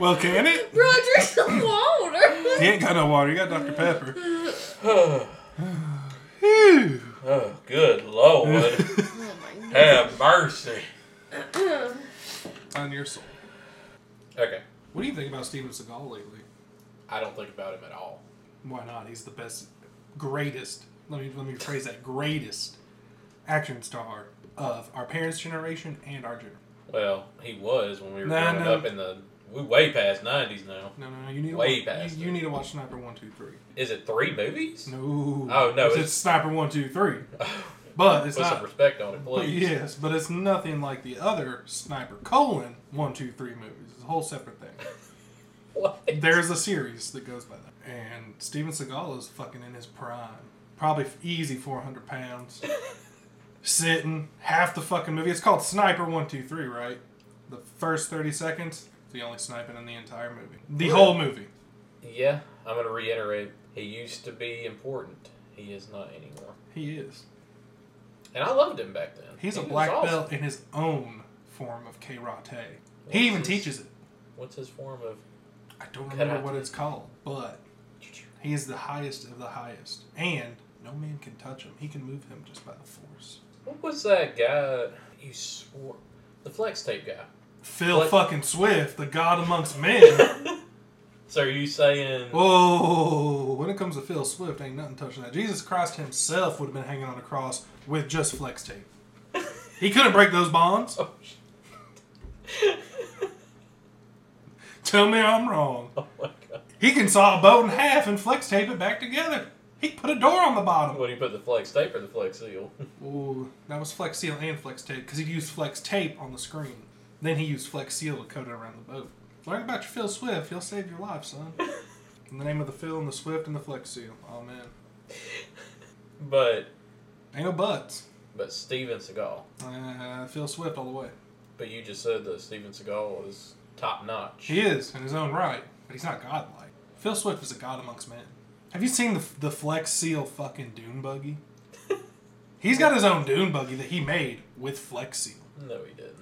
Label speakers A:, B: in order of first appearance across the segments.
A: well, can it?
B: Bro, drink some water.
A: He ain't got no water. He got Dr. Pepper.
C: Oh, good lord.
B: Oh my
C: Have mercy.
B: god.
A: On your soul.
C: Okay.
A: What do you think about Steven Seagal lately?
C: I don't think about him at all.
A: Why not? He's the best, greatest. Let me let me phrase that: greatest action star of our parents' generation and our generation.
C: Well, he was when we were
A: No,
C: growing
A: no.
C: up in the. We way past 90s now.
A: No, no, no. You need to
C: Way
A: watch,
C: past
A: You, you need to watch Sniper One Two Three.
C: Is it three movies?
A: No.
C: Oh, no,
A: It's,
C: it's-
A: it's Sniper One Two Three, but it's
C: Put some
A: not.
C: respect on it,
A: but
C: please.
A: yes, but it's nothing like the other Sniper colon One Two Three movies. It's a whole separate thing.
C: What?
A: There's a series that goes by that, and Steven Seagal is fucking in his prime. Probably easy 400 pounds. sitting half the fucking movie. It's called Sniper One Two Three, right? The first thirty seconds, the only sniping in the entire movie, the whole movie.
C: Yeah, I'm going to reiterate. He used to be important. He is not anymore.
A: He is.
C: And I loved him back then.
A: He's a
C: He was
A: black
C: awesome.
A: belt in his own form of karate. He even
C: What's his-
A: teaches it.
C: What's his form of.
A: I don't remember what
C: Karate.
A: it's called, but he is the highest of the highest, and no man can touch him. He can move him just by the force.
C: What was that guy you swore? The flex tape guy.
A: Phil
C: What?
A: fucking Swift, the god amongst men.
C: So are you saying
A: Whoa! Oh, When it comes to Phil Swift, ain't nothing touching that. Jesus Christ himself would have been hanging on a cross with just flex tape. He couldn't break those bonds.
C: Oh, sh-
A: Tell me I'm wrong.
C: oh my god.
A: He can saw a boat in half and flex tape it back together. He put a door on the bottom.
C: What do you put the flex tape or the flex seal?
A: Ooh, that was flex seal and flex tape because he used flex tape on the screen. Then he used flex seal to coat it around the boat. Learn about your Phil Swift. He'll save your life, son. In the name of the Phil and the Swift and the flex seal. Amen.
C: But
A: Ain't no buts.
C: but Steven Seagal.
A: Uh, Phil Swift all the way.
C: But you just said that Steven Seagal is top notch.
A: He is in his own right, but he's not godlike. Phil Swift is a god amongst men. Have you seen the the Flex Seal fucking dune buggy? he's got his own dune buggy that he made with Flex Seal.
C: No, he didn't.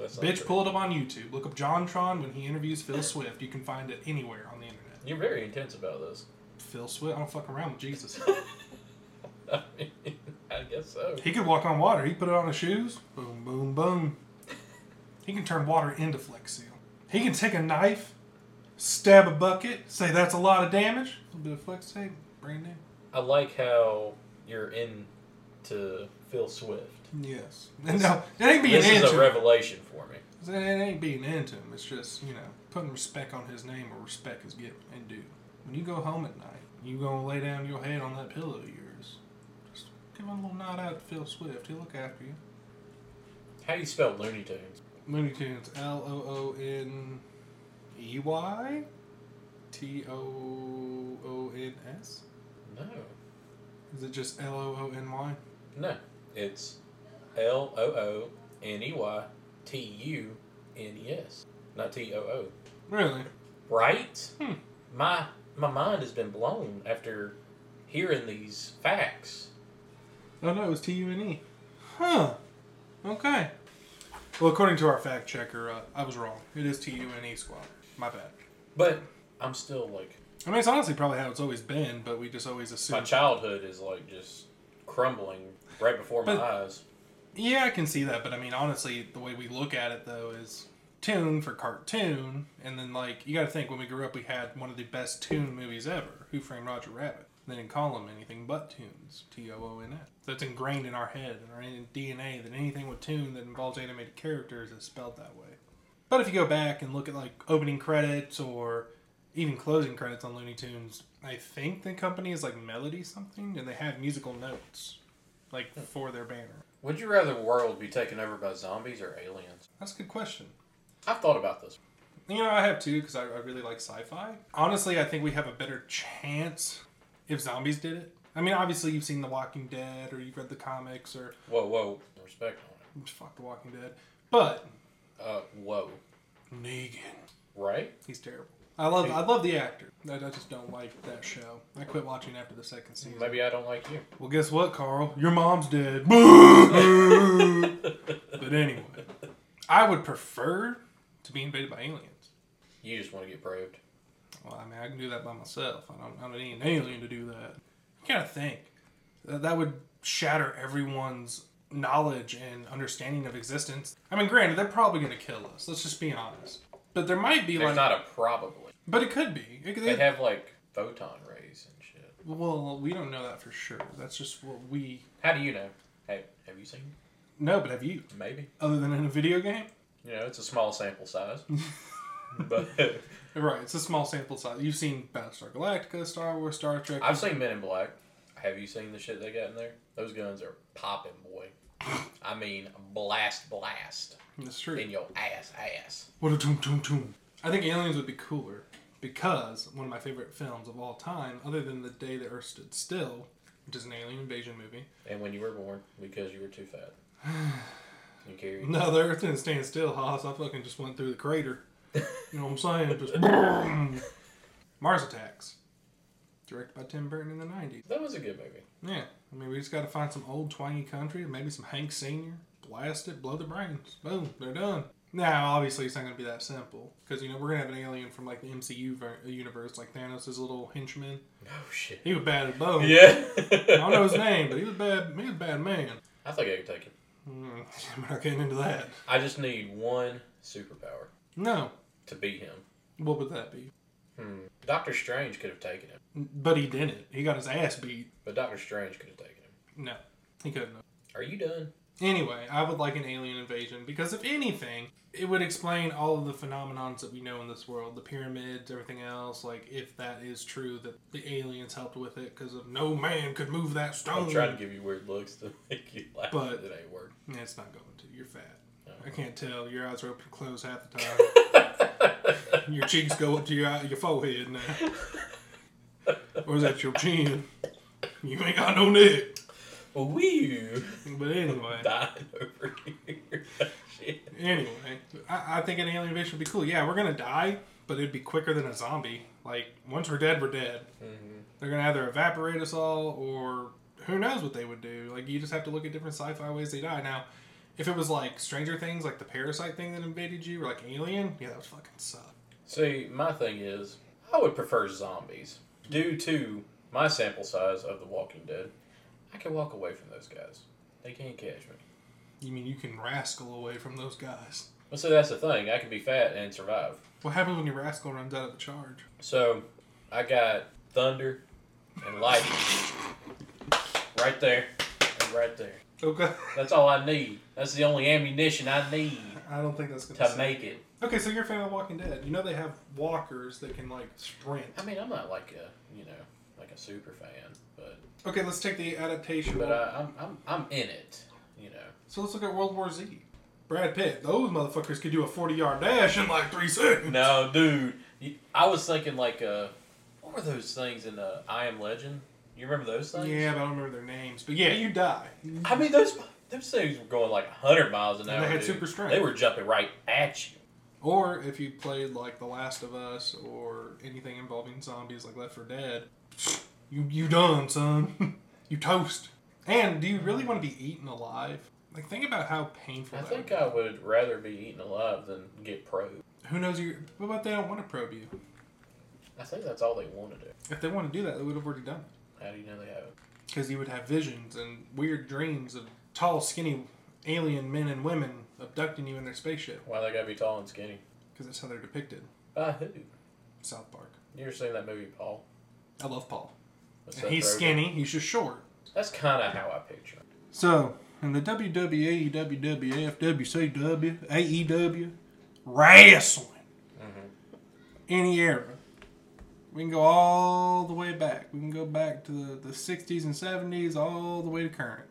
C: That's not
A: Bitch,
C: true.
A: pull it up on YouTube. Look up John Tron when he interviews Phil Swift. You can find it anywhere on the internet.
C: You're very intense about this.
A: Phil Swift, I don't fuck around with Jesus.
C: I mean, I guess so.
A: he could walk on water. He put it on his shoes. Boom, boom, boom. He can turn water into Flex Seal. He can take a knife, stab a bucket, say that's a lot of damage. A little bit of Flex tape, brand new.
C: I like how you're into Phil Swift.
A: Yes. And no, it ain't being
C: This is a
A: into him.
C: revelation for me.
A: It ain't being into him. It's just, you know, putting respect on his name where respect is given. And dude, when you go home at night, you gonna lay down your head on that pillow of yours. Just give him a little nod out to Phil Swift. He'll look after you.
C: How do you spell Looney Tunes?
A: Looney Tunes. L O O N E Y T O O N S?
C: No.
A: Is it just L O O N Y?
C: No. It's L O O N E Y T U N E S. Not T O O.
A: Really?
C: Right?
A: Hmm.
C: My my mind has been blown after hearing these facts.
A: Oh no, it was T U N E. Huh. Okay. Well, according to our fact checker, uh, I was wrong. It is T U N E squad. My bad.
C: But I'm still like
A: I mean, it's honestly probably how it's always been, but we just always
C: my
A: assume.
C: childhood is like just crumbling right before my
A: But-
C: eyes.
A: Yeah, I can see that, but I mean, honestly, the way we look at it though is tune for cartoon, and then like you got to think when we grew up, we had one of the best tune movies ever, Who Framed Roger Rabbit. They didn't call them anything but tunes, T O O N S. That's ingrained in our head and our DNA that anything with tune that involves animated characters is spelled that way. But if you go back and look at like opening credits or even closing credits on Looney Tunes, I think the company is like Melody something, and they have musical notes like for their banner.
C: Would you rather the world be taken over by zombies or aliens?
A: That's a good question.
C: I've thought about this.
A: You know, I have too because I, I really like sci-fi. Honestly, I think we have a better chance if zombies did it. I mean, obviously, you've seen The Walking Dead or you've read the comics or
C: Whoa, whoa. Respect on
A: fuck The Walking Dead, but
C: it. Uh, whoa.
A: Negan,
C: Right?
A: he's terrible. I love I love the actor. I, I just don't like that show. I quit watching after the second season.
C: Maybe I don't like you.
A: Well, guess what, Carl? Your mom's dead. Boo! but anyway, I would prefer to be invaded by aliens.
C: You just want to get probed.
A: Well, I mean, I can do that by myself. I don't, I don't need an alien to do that. You gotta think. That, that would shatter everyone's knowledge and understanding of existence. I mean, granted, they're probably gonna kill us. Let's just be honest. But there might be
C: There's
A: like,
C: not a probably.
A: but it could be. It, could-
C: They have like photon rays and shit.
A: well, we don't know that for sure. That's just what we
C: How do you know? Have Have you seen? it?
A: know. But have you,
C: Maybe.
A: other than in a video game?
C: You know, it's a small sample size. but
A: Right, it's a small sample size. You've seen Battlestar Galactica, Star Wars, Star Trek.
C: I've seen Men in Black. Have you seen the shit they got in there? Those guns are popping, boy. I mean, blast, blast
A: That's true.
C: in your ass, ass.
A: What a toom toom toom. I think Aliens would be cooler because one of my favorite films of all time, other than The Day the Earth Stood Still, which is an alien invasion movie.
C: And when you were born, because you were too fat, you carried.
A: No, the Earth didn't stand still, Haas. I fucking just went through the crater. You know what I'm saying? Just boom. Mars Attacks, directed by Tim Burton in the '90s.
C: That was a good movie.
A: Yeah, I mean, we just got to find some old twangy country, maybe some Hank Senior, blast it, blow their brains, boom, they're done. Now, obviously, it's not going to be that simple because you know we're going to have an alien from like the MCU ver- uh, universe, like Thanos' little henchman.
C: Oh shit.
A: He was bad at both.
C: Yeah.
A: I don't know his name, but he was bad. He was a bad man.
C: I think I could take it.
A: Hmm, We're not getting into that.
C: I just need one superpower
A: No,
C: to beat him.
A: what would that be?
C: Hmm. Doctor Strange could have taken him,
A: But he didn't. He got his ass beat.
C: but Doctor Strange could have taken him.
A: No, he couldn't.
C: Are you done?
A: Anyway, I would like an alien invasion because if anything, it would explain all of the phenomenons that we know in this world, the pyramids, everything else. Like if that is true that the aliens helped with it because of no man could move that
C: I'm
A: stone.
C: trying to give you weird looks to make you laugh,
A: But-
C: but it ain't work.
A: Yeah, it's not going to. You're fat.
C: No.
A: I can't tell. Your eyes are open and closed half the time. your cheeks go up to your eye, your forehead now. or is that your chin? You ain't got no neck.
C: Wee
A: But anyway.
C: dying over here. Shit.
A: Anyway, I, I think an alien invasion would be cool. Yeah, we're gonna die, but it'd be quicker than a zombie. Like once we're dead, we're dead. They're gonna either evaporate us all, or who knows what they would do. Like you just have to look at different sci-fi ways they die. Now, if it was like Stranger Things, like the parasite thing that invaded you, or like Alien, yeah, that would fucking suck.
C: See, my thing is, I would prefer zombies due to my sample size of The Walking Dead. I can walk away from those guys. They can't catch me.
A: You mean you can rascal away from those guys?
C: Well, see, that's the thing. I can be fat and survive.
A: What happens when your rascal runs out of the charge?
C: So I got thunder and lightning right there and right there.
A: Okay,
C: That's all I need. That's the only ammunition I need
A: I don't think that's gonna.
C: to
A: suck.
C: make it.
A: okay, so you're a fan of Walking Dead. You know they have walkers that can like sprint.
C: I mean, I'm not like a you know like a super fan, but
A: Okay, let's take the adaptation.
C: but I, I'm I'm I'm in it. You know,
A: so let's look at World War Z. Brad Pitt, those motherfuckers could do a 40 yard dash in like three seconds.
C: no, dude. you- I was thinking like uh, what were those things in uh, I Am Legend? You remember those things?
A: Yeah, but I don't remember their names. But yeah, you die.
C: I mean those those things were going like 100 miles an
A: And
C: hour.
A: they had
C: dude.
A: super strength.
C: They were jumping right at you.
A: Or if you played like The Last of Us or anything involving zombies like Left 4 Dead, you, you done, son. you toast. And do you really want to be eaten alive? Like, think about how painful
C: I
A: that
C: think
A: would
C: I would rather be eaten alive than get probed.
A: be. Who knows? You, what about they don't want to probe you?
C: I think that's all they want to do.
A: If they want to do that, they would have already done it.
C: How do you know they haven't?
A: because you would have visions and weird dreams of tall, skinny alien men and women abducting you in their spaceship.
C: Why they gotta be tall and skinny?
A: Because that's how they're depicted.
C: By who?
A: South Park.
C: You ever seen that movie, Paul?
A: I love Paul.
C: With
A: And
C: Seth
A: he's
C: Rogen?
A: skinny. He's just short.
C: That's kind of how I picture him.
A: So in the E, WWE, WWF, WCW, AEW, E wrestling,
C: Mm-hmm.
A: any era. We can go all the way back. We can go back to the, the 60s and 70s, all the way to current.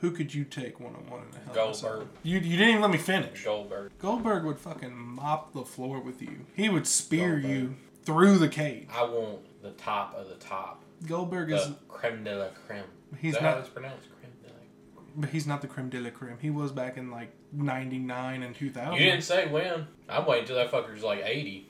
A: Who could you take one on one in a hell? of a cell?
C: Mm-hmm. Goldberg.
A: You, you didn't even let me finish.
C: Goldberg.
A: Goldberg would fucking mop the floor with you. He would spear
C: Goldberg.
A: you through the cage.
C: I want the top of the top.
A: Goldberg is,
C: The creme de la creme.
A: He's
C: Is that
A: not-
C: how it's pronounced? Creme de la
A: but he's not the creme de la creme. He was back in like '99 and 2000.
C: You didn't say when. I'm waiting till that fucker's like 80.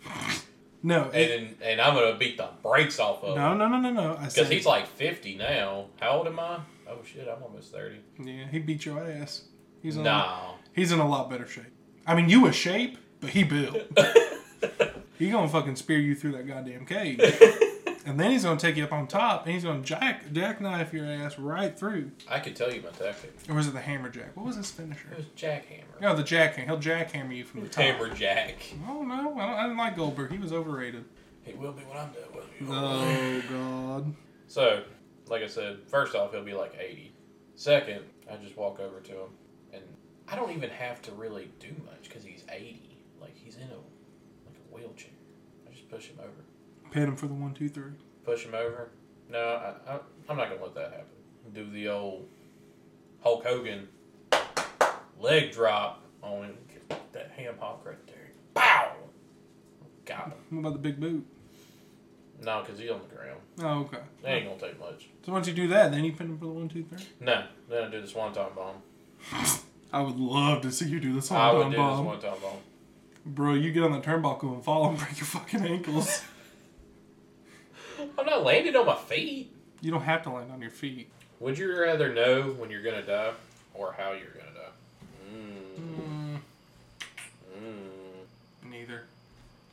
A: No,
C: And then, and I'm gonna beat the brakes off of
A: No,
C: him.
A: no, no, no, no. I
C: Because
A: said,
C: he's like 50 now. How old am I? Oh shit, I'm almost 30.
A: yeah, he beat your ass. He's on,
C: Nah.
A: He's in a lot better shape. I mean, you a shape, but he built. he gonna fucking spear you through that goddamn cage, and then he's gonna take you up on top, and he's gonna jack jackknife your ass right through.
C: I could tell you my tactic.
A: Or was it the hammer jack? What was his finisher?
C: It was jackhammer.
A: No, the jack. He'll jackhammer you from the top.
C: Hammer jack.
A: Oh no, I, don't, I didn't like Goldberg. He was overrated.
C: It will be when I'm done with you.
A: Oh god.
C: So, like I said, first off, he'll be like 80. Second, I just walk over to him, and I don't even have to really do much because he's 80. Like he's in a like a wheelchair. I just push him over.
A: Pin him for the one, two, three.
C: Push him over. No, I, I, I'm not gonna let that happen. Do the old Hulk Hogan leg drop on him. Get that ham hock right there. Pow! Got him.
A: What about the big boot?
C: No, because he's on the ground.
A: Oh okay.
C: That ain't gonna take much.
A: So once you do that, then you pin him for the one, two, three.
C: No, then I do the swanton bomb.
A: I would love to see you do this
C: I would
A: one
C: do
A: bomb.
C: this one time bomb.
A: Bro, you get on the turnbuckle and fall and break your fucking ankles.
C: I'm not landing on my feet.
A: you don't have to land on your feet.
C: Would you rather know when you're gonna die or how you're gonna die?
A: Mm,
C: Mm. Mm.
A: neither.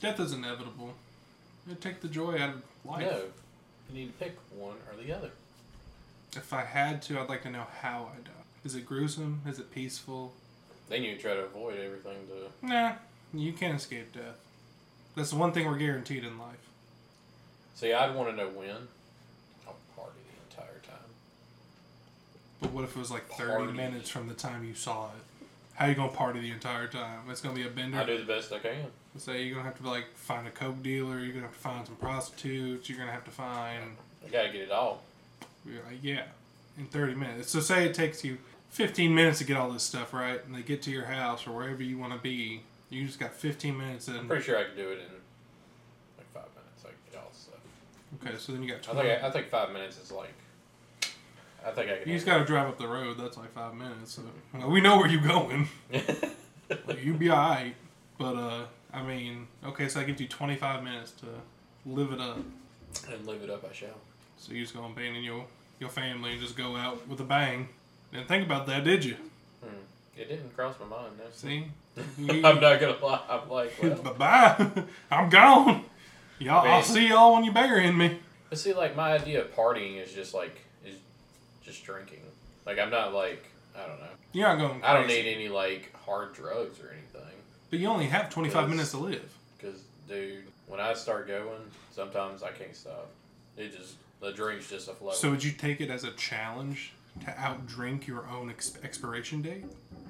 A: Death is inevitable. It'd take the joy out of life.
C: No, you need to pick one or the other.
A: If I had to, I'd like to know how I die. Is it gruesome? Is it peaceful?
C: Then you try to avoid everything. To
A: Nah, you can't escape death. That's the one thing we're guaranteed in life.
C: see, I'd want to know when. I'll party the entire time.
A: But what if it was like 30
C: Party.
A: minutes from the time you saw it? How you gonna party the entire time? It's gonna be a bender.
C: I do the best I can.
A: So you're gonna have to like find a coke dealer. You're gonna have to find some prostitutes. You're gonna have to find
C: I gotta get it all.
A: you're like, yeah, in 30 minutes. So say it takes you 15 minutes to get all this stuff right, and they get to your house or wherever you want to be. You just got 15 minutes
C: I'm
A: in.
C: pretty sure I can do it in like five minutes. I can get all this stuff.
A: Okay, so then you got
C: I
A: 20.
C: think I, think five minutes is like. I think I can.
A: you just
C: handle
A: gotta drive up the road. That's like five minutes. So Well, we know where you're going.
C: it.
A: Like, you be alright. But uh, I mean, okay, so I give you 25 minutes to live it up.
C: and live it up, I shall.
A: So you just gonna abandon your your family and just go out with a bang. Didn't think about that, did you?
C: It didn't cross my mind. No.
A: See,
C: I'm not gonna lie. I'm like, well,
A: bye bye. I'm gone. Y'all, I'll
C: Man.
A: see y'all when you beggar in me.
C: but see, like my idea of partying is just like is just drinking. Like I'm not like I don't know.
A: You're not going. Crazy,
C: I don't need any like hard drugs or anything.
A: But you only have 25
C: Yes.
A: minutes to live.
C: Cause dude, when I start going, sometimes I can't stop. It just the drink's just a flow.
A: So would you take it as a challenge to outdrink your own ex- expiration date?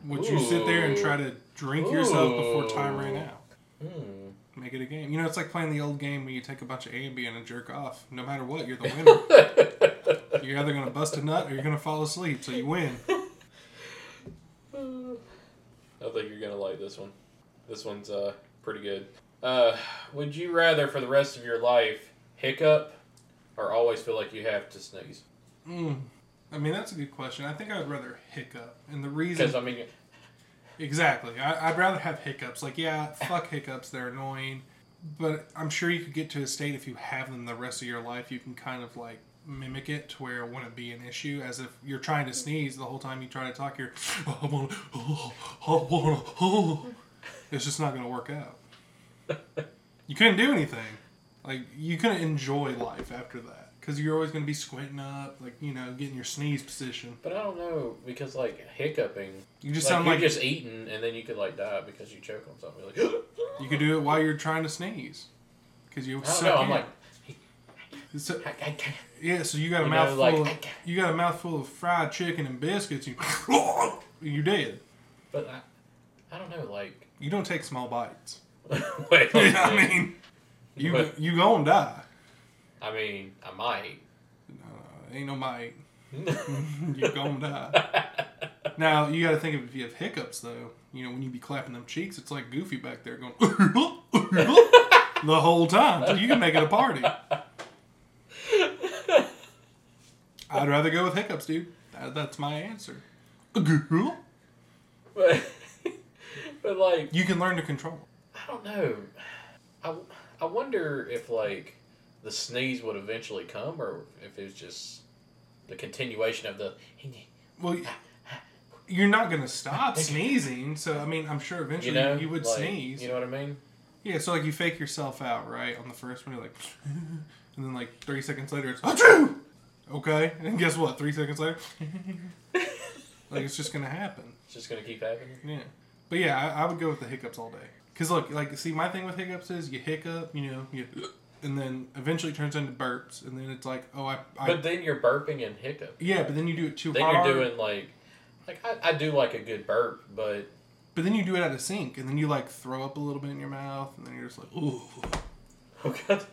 A: Would you sit there and try to drink yourself before time ran
C: Ooh.
A: out?
C: Hmm.
A: Make it a game. You know, it's like playing the old game where you take a bunch of Ambien and jerk off. No matter what, you're the winner. you're either gonna bust a nut or you're gonna fall asleep, so you win.
C: I think you're gonna like this one. This one's uh pretty good. Uh, would you rather for the rest of your life hiccup or always feel like you have to sneeze?
A: Mm. I mean, that's a good question. I think I'd rather hiccup, and the reason
C: Because I mean,
A: exactly, I, I'd rather have hiccups. Like, yeah, fuck hiccups, they're annoying, but I'm sure you could get to a state if you have them the rest of your life. You can kind of like mimic it to where it wouldn't be an issue. As if you're trying to sneeze the whole time you try to talk, you're I wanna, oh, I wanna, oh. it's just not gonna work out. You couldn't do anything. Like you couldn't enjoy life after that because you're always gonna be squinting up, like you know, getting your sneeze position.
C: but I don't know because like hiccuping,
A: You just
C: like,
A: sound
C: you're
A: like
C: just eating and then you could like die because you choke on something. You're like,
A: you could do it while you're trying to sneeze because you
C: I don't
A: suck
C: know. I'm
A: in.
C: like,
A: So-
C: I, I can't.
A: yeah, so you got a
C: You know,
A: mouthful.
C: like,
A: of,
C: I can't-
A: you got a mouthful of fried chicken and biscuits. You you did.
C: But I, I don't know. Like,
A: You don't take small bites.
C: wait,
A: I mean, you
C: But-
A: you gonna die.
C: I mean, I might.
A: Uh, ain't no might. you gonna die. Now you got to think of if you have hiccups though. You know when you be clapping them cheeks, it's like Goofy back there going the whole time. So you can make it a party. I'd rather go with hiccups, dude. That, that's my answer. You
C: but, but like,
A: can learn to control.
C: I don't know. I, I wonder if like the sneeze would eventually come, or if it's just the continuation of the.
A: Well, you're not gonna stop sneezing. So I mean, I'm sure
C: You
A: eventually you,
C: know,
A: would
C: like,
A: sneeze.
C: You know what I mean?
A: Yeah, so like you fake yourself out, right? On the first one, you're like, and then like 30 seconds later, it's achoo. Okay, and guess what? Three seconds later, like it's just gonna happen.
C: It's just gonna keep happening.
A: Yeah, but yeah, I, I would go with the hiccups all day. Cause look, like see, my thing with hiccups is you hiccup, you know, you, and then eventually it turns into burps, and then it's like, oh, I, I
C: But then you're burping and hiccup.
A: yeah, but then you do it too
C: Then
A: hard.
C: you're doing like, like I, I do like a good burp, but
A: But then you do it out of sync, and then you like throw up a little bit in your mouth, and then you're just like, ooh,
C: oh god,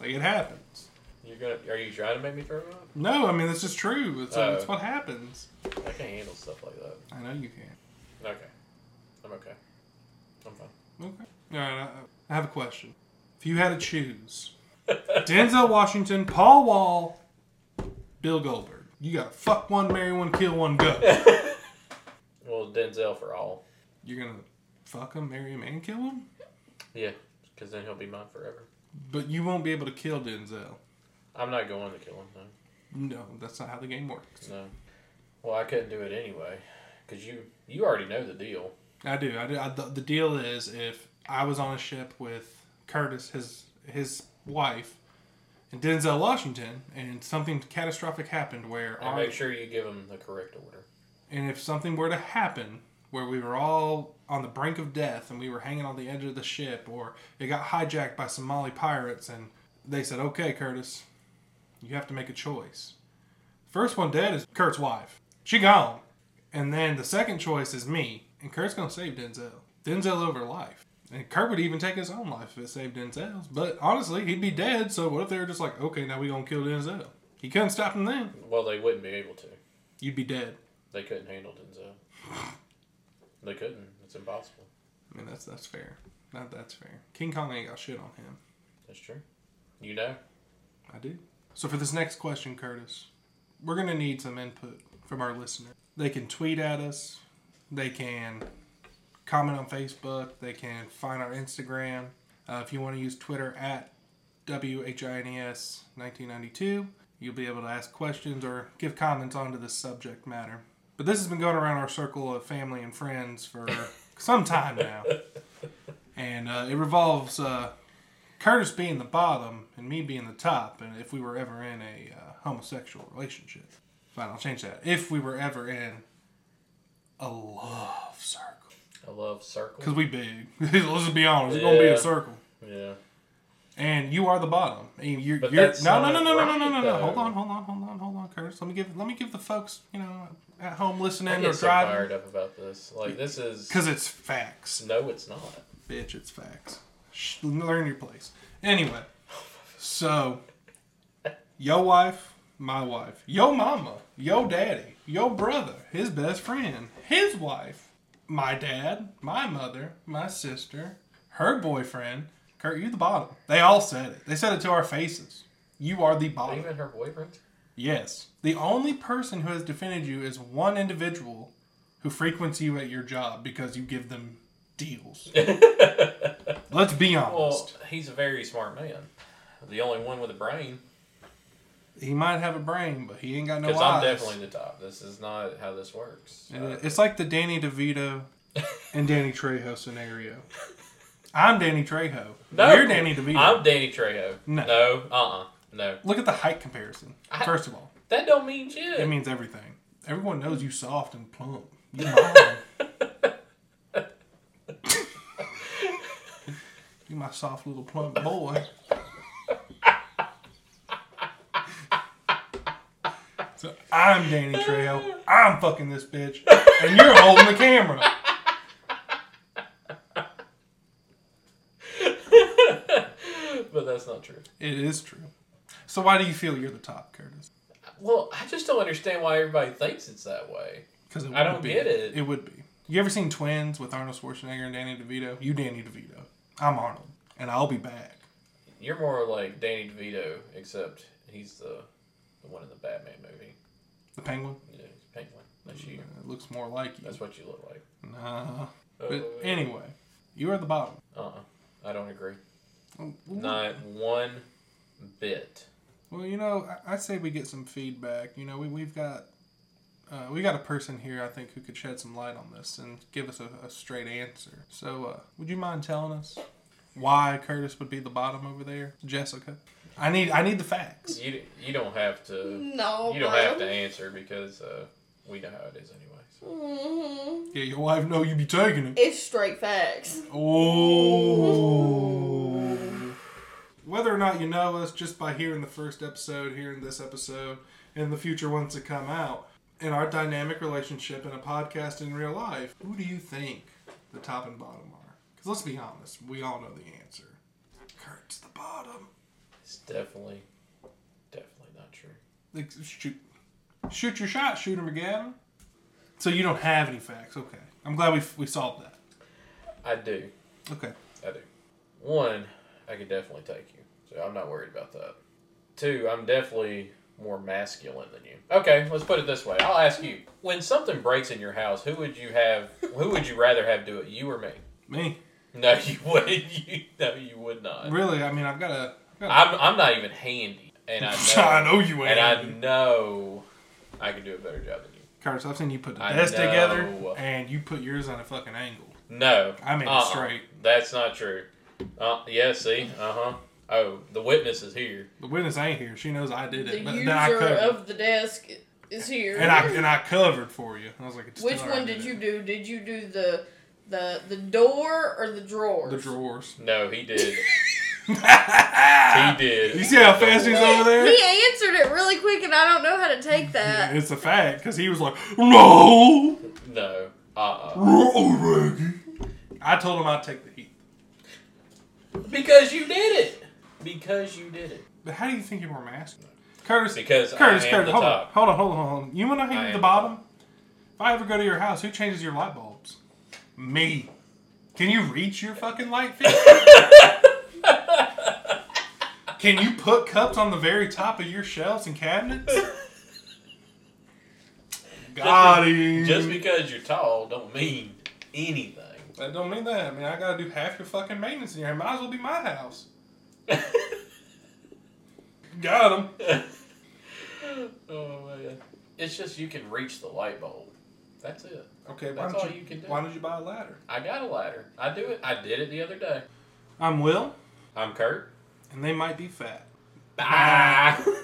A: like it happens.
C: you're gonna are you trying to make me throw up?
A: No, I mean this is true. It's, uh,
C: Oh.
A: it's what happens.
C: I can't handle stuff like that.
A: I know you can.
C: Okay, I'm okay. I'm fine.
A: Okay. All right. I, I have a question. If you had to choose Denzel Washington, Paul Wall, Bill Goldberg, you gotta fuck one, marry one, kill one, go.
C: well, Denzel for all.
A: You're gonna fuck him, marry him, and kill him,
C: Yeah, because then he'll be mine forever.
A: but you won't be able to kill Denzel.
C: I'm not going to kill him though.
A: No, that's not how the game works.
C: No. Well, I couldn't do it anyway, because you you already know the deal.
A: I do. I do. I, the, the deal is, if I was on a ship with Curtis, his his wife, and Denzel Washington, and something catastrophic happened where
C: And
A: our-
C: make sure you give him the correct order.
A: and if something were to happen where we were all on the brink of death and we were hanging on the edge of the ship, or it got hijacked by Somali pirates, and they said, "Okay, Curtis, you have to make a choice." First one dead is Kurt's wife. She gone. And then the second choice is me. And Kurt's gonna save Denzel. Denzel over life. And Kurt would even take his own life if it saved Denzel's. But honestly, he'd be dead, so what if they were just like, okay, now we gonna kill Denzel? He couldn't stop him then.
C: Well, they wouldn't be able to.
A: You'd be dead.
C: They couldn't handle Denzel. they couldn't. It's impossible.
A: I mean, that's that's fair. Not that's fair. King Kong ain't got shit on him.
C: That's true. You know.
A: I do. So for this next question, Curtis, we're gonna need some input from our listener. They can tweet at us. They can comment on Facebook. They can find our Instagram. Uh, if you want to use Twitter at E WHINES1992, you'll be able to ask questions or give comments onto this subject matter. But this has been going around our circle of family and friends for some time now. And uh, it revolves uh, Curtis being the bottom and me being the top, and if we were ever in a uh, homosexual relationship. Fine, I'll change that. If we were ever in a love circle.
C: I love circles.
A: Because we big. Let's just be honest. It's going to be
C: Yeah.
A: a circle.
C: yeah.
A: And you are the bottom. And you're,
C: But
A: you're
C: that's
A: no, no, no,
C: not
A: no, no, no, no, no,
C: right,
A: no.
C: though.
A: Hold on, hold on, hold on, hold on, Curtis. Let me give, let me give the folks, you know, at home
C: I
A: listening or
C: get so fired
A: driving.
C: up about this. Like this is.
A: Because it's facts.
C: No, it's not.
A: Bitch, it's facts. Shh, learn your place. Anyway, so yo wife, my wife, yo mama, yo daddy, yo brother, his best friend, his wife, my dad, my mother, my sister, her boyfriend. Kurt, you the bottom. They all said it. They said it to our faces. You are the bottom.
C: Even her boyfriend.
A: Yes. The only person who has defended you is one individual who frequents you at your job because you give them deals. Let's be
C: Well,
A: honest.
C: he's a very smart man. The only one with a brain.
A: he might have a brain, but he ain't got no eyes.
C: Because I'm definitely the top. This is not how this works.
A: Uh, It's like the Danny DeVito and Danny Trejo scenario. I'm Danny Trejo. You're Danny DeVito.
C: I'm Danny Trejo.
A: No.
C: No. No. Uh. uh No.
A: Look at the height comparison.
C: I-
A: First of all,
C: That don't mean shit.
A: it means everything. Everyone knows you soft and plump. You mine. you my soft little plump boy. so I'm Danny Trejo. I'm fucking this bitch, and you're holding the camera.
C: but that's not true.
A: It is true. So why do you feel you're the top, Curtis?
C: Well, I just don't understand why everybody thinks it's that way.
A: Because
C: I don't get it.
A: It would be. You ever seen Twins with Arnold Schwarzenegger and Danny DeVito? You Danny DeVito. I'm Arnold, and I'll be back.
C: You're more like Danny DeVito, except he's the the one in the Batman movie.
A: The Penguin.
C: You know, he's penguin. That's you.
A: It looks more like you.
C: That's what you look like.
A: Nah.
C: Uh,
A: But anyway, you are the bottom.
C: uh, uh I don't agree. Not one bit.
A: Well, you know, I, I say we get some feedback. You know, we, we've got uh, we got a person here I think who could shed some light on this and give us a, a straight answer. So, uh, would you mind telling us why Curtis would be the bottom over there, Jessica? I need I need the facts.
C: You, you don't have to.
B: No.
C: You don't have to answer because uh, we know how it is anyway. So.
B: hmm
A: Yeah, your wife know you be taking it.
B: It's straight facts.
A: Oh. Whether or not you know us, just by hearing the first episode, hearing this episode, and the future ones that come out, in our dynamic relationship in a podcast in real life, who do you think the top and bottom are? Because let's be honest, we all know the answer. Kurt's the bottom.
C: It's definitely, definitely not true.
A: Like, Shoot, shoot your shot, shooter McGavin. So you don't have any facts. Okay. I'm glad we, we solved that.
C: I do.
A: Okay.
C: I do. One, I could definitely take you. So I'm not worried about that. Two, I'm definitely more masculine than you. Okay, let's put it this way. I'll ask you. When something breaks in your house, who would you have who would you rather have do it? You or me?
A: Me.
C: No, you wouldn't. You, no, you would not.
A: Really, I mean, I've got a. I've got a
C: I'm, I'm not even handy. And I know,
A: I know you ain't.
C: And I know I could do a better job than you.
A: Carter, so I've seen you put the
C: I
A: desk together
C: know.
A: and you put yours on a fucking angle.
C: No.
A: I made it
C: Uh-uh.
A: straight.
C: That's not true. Uh, yeah, see? Uh huh. Oh, the witness is here.
A: The witness ain't here. She knows I did
B: The
A: it, but
B: user
A: then I covered.
B: of the desk is here.
A: and I and I covered for you. I was like, it's
B: Which
A: still
B: one
A: alright,
B: did
A: I
B: you do? Did you do the the the door or the
A: it.
B: drawers?
A: The drawers.
C: No, he did.
A: he
C: He
A: did.
C: did.
A: Ah. You see how fast he's
B: He,
A: over there?
B: he answered it really quick, and I don't know how to take that.
A: It's a fact because he was like, no,
C: No. Uh-uh.
A: no, Reggie. I told him I'd take the heat.
C: Because you did it. Because you did it.
A: But how do you think you're more masculine, Curtis?
C: Because
A: Curtis,
C: I am
A: Curtis,
C: the
A: hold on,
C: top.
A: hold on, hold on, hold on. You want to
C: I
A: hit
C: am
A: the
C: the
A: bottom? If I ever go to your house, who changes your light bulbs? Me. Can you reach your fucking light fixture? Can you put cups on the very top of your shelves and cabinets? Got him.
C: Just because you're tall don't mean anything.
A: that don't mean that. I mean, I gotta do half your fucking maintenance in here. Might as well be my house. Got him.
C: oh man. It's just you can reach the light bulb. That's it.
A: Okay, why
C: That's
A: don't
C: all
A: you,
C: you can do.
A: Why did you buy a ladder?
C: I got a ladder. I do it. I did it the other day.
A: I'm Will,
C: I'm Kurt.
A: and they might be fat.
C: Bye.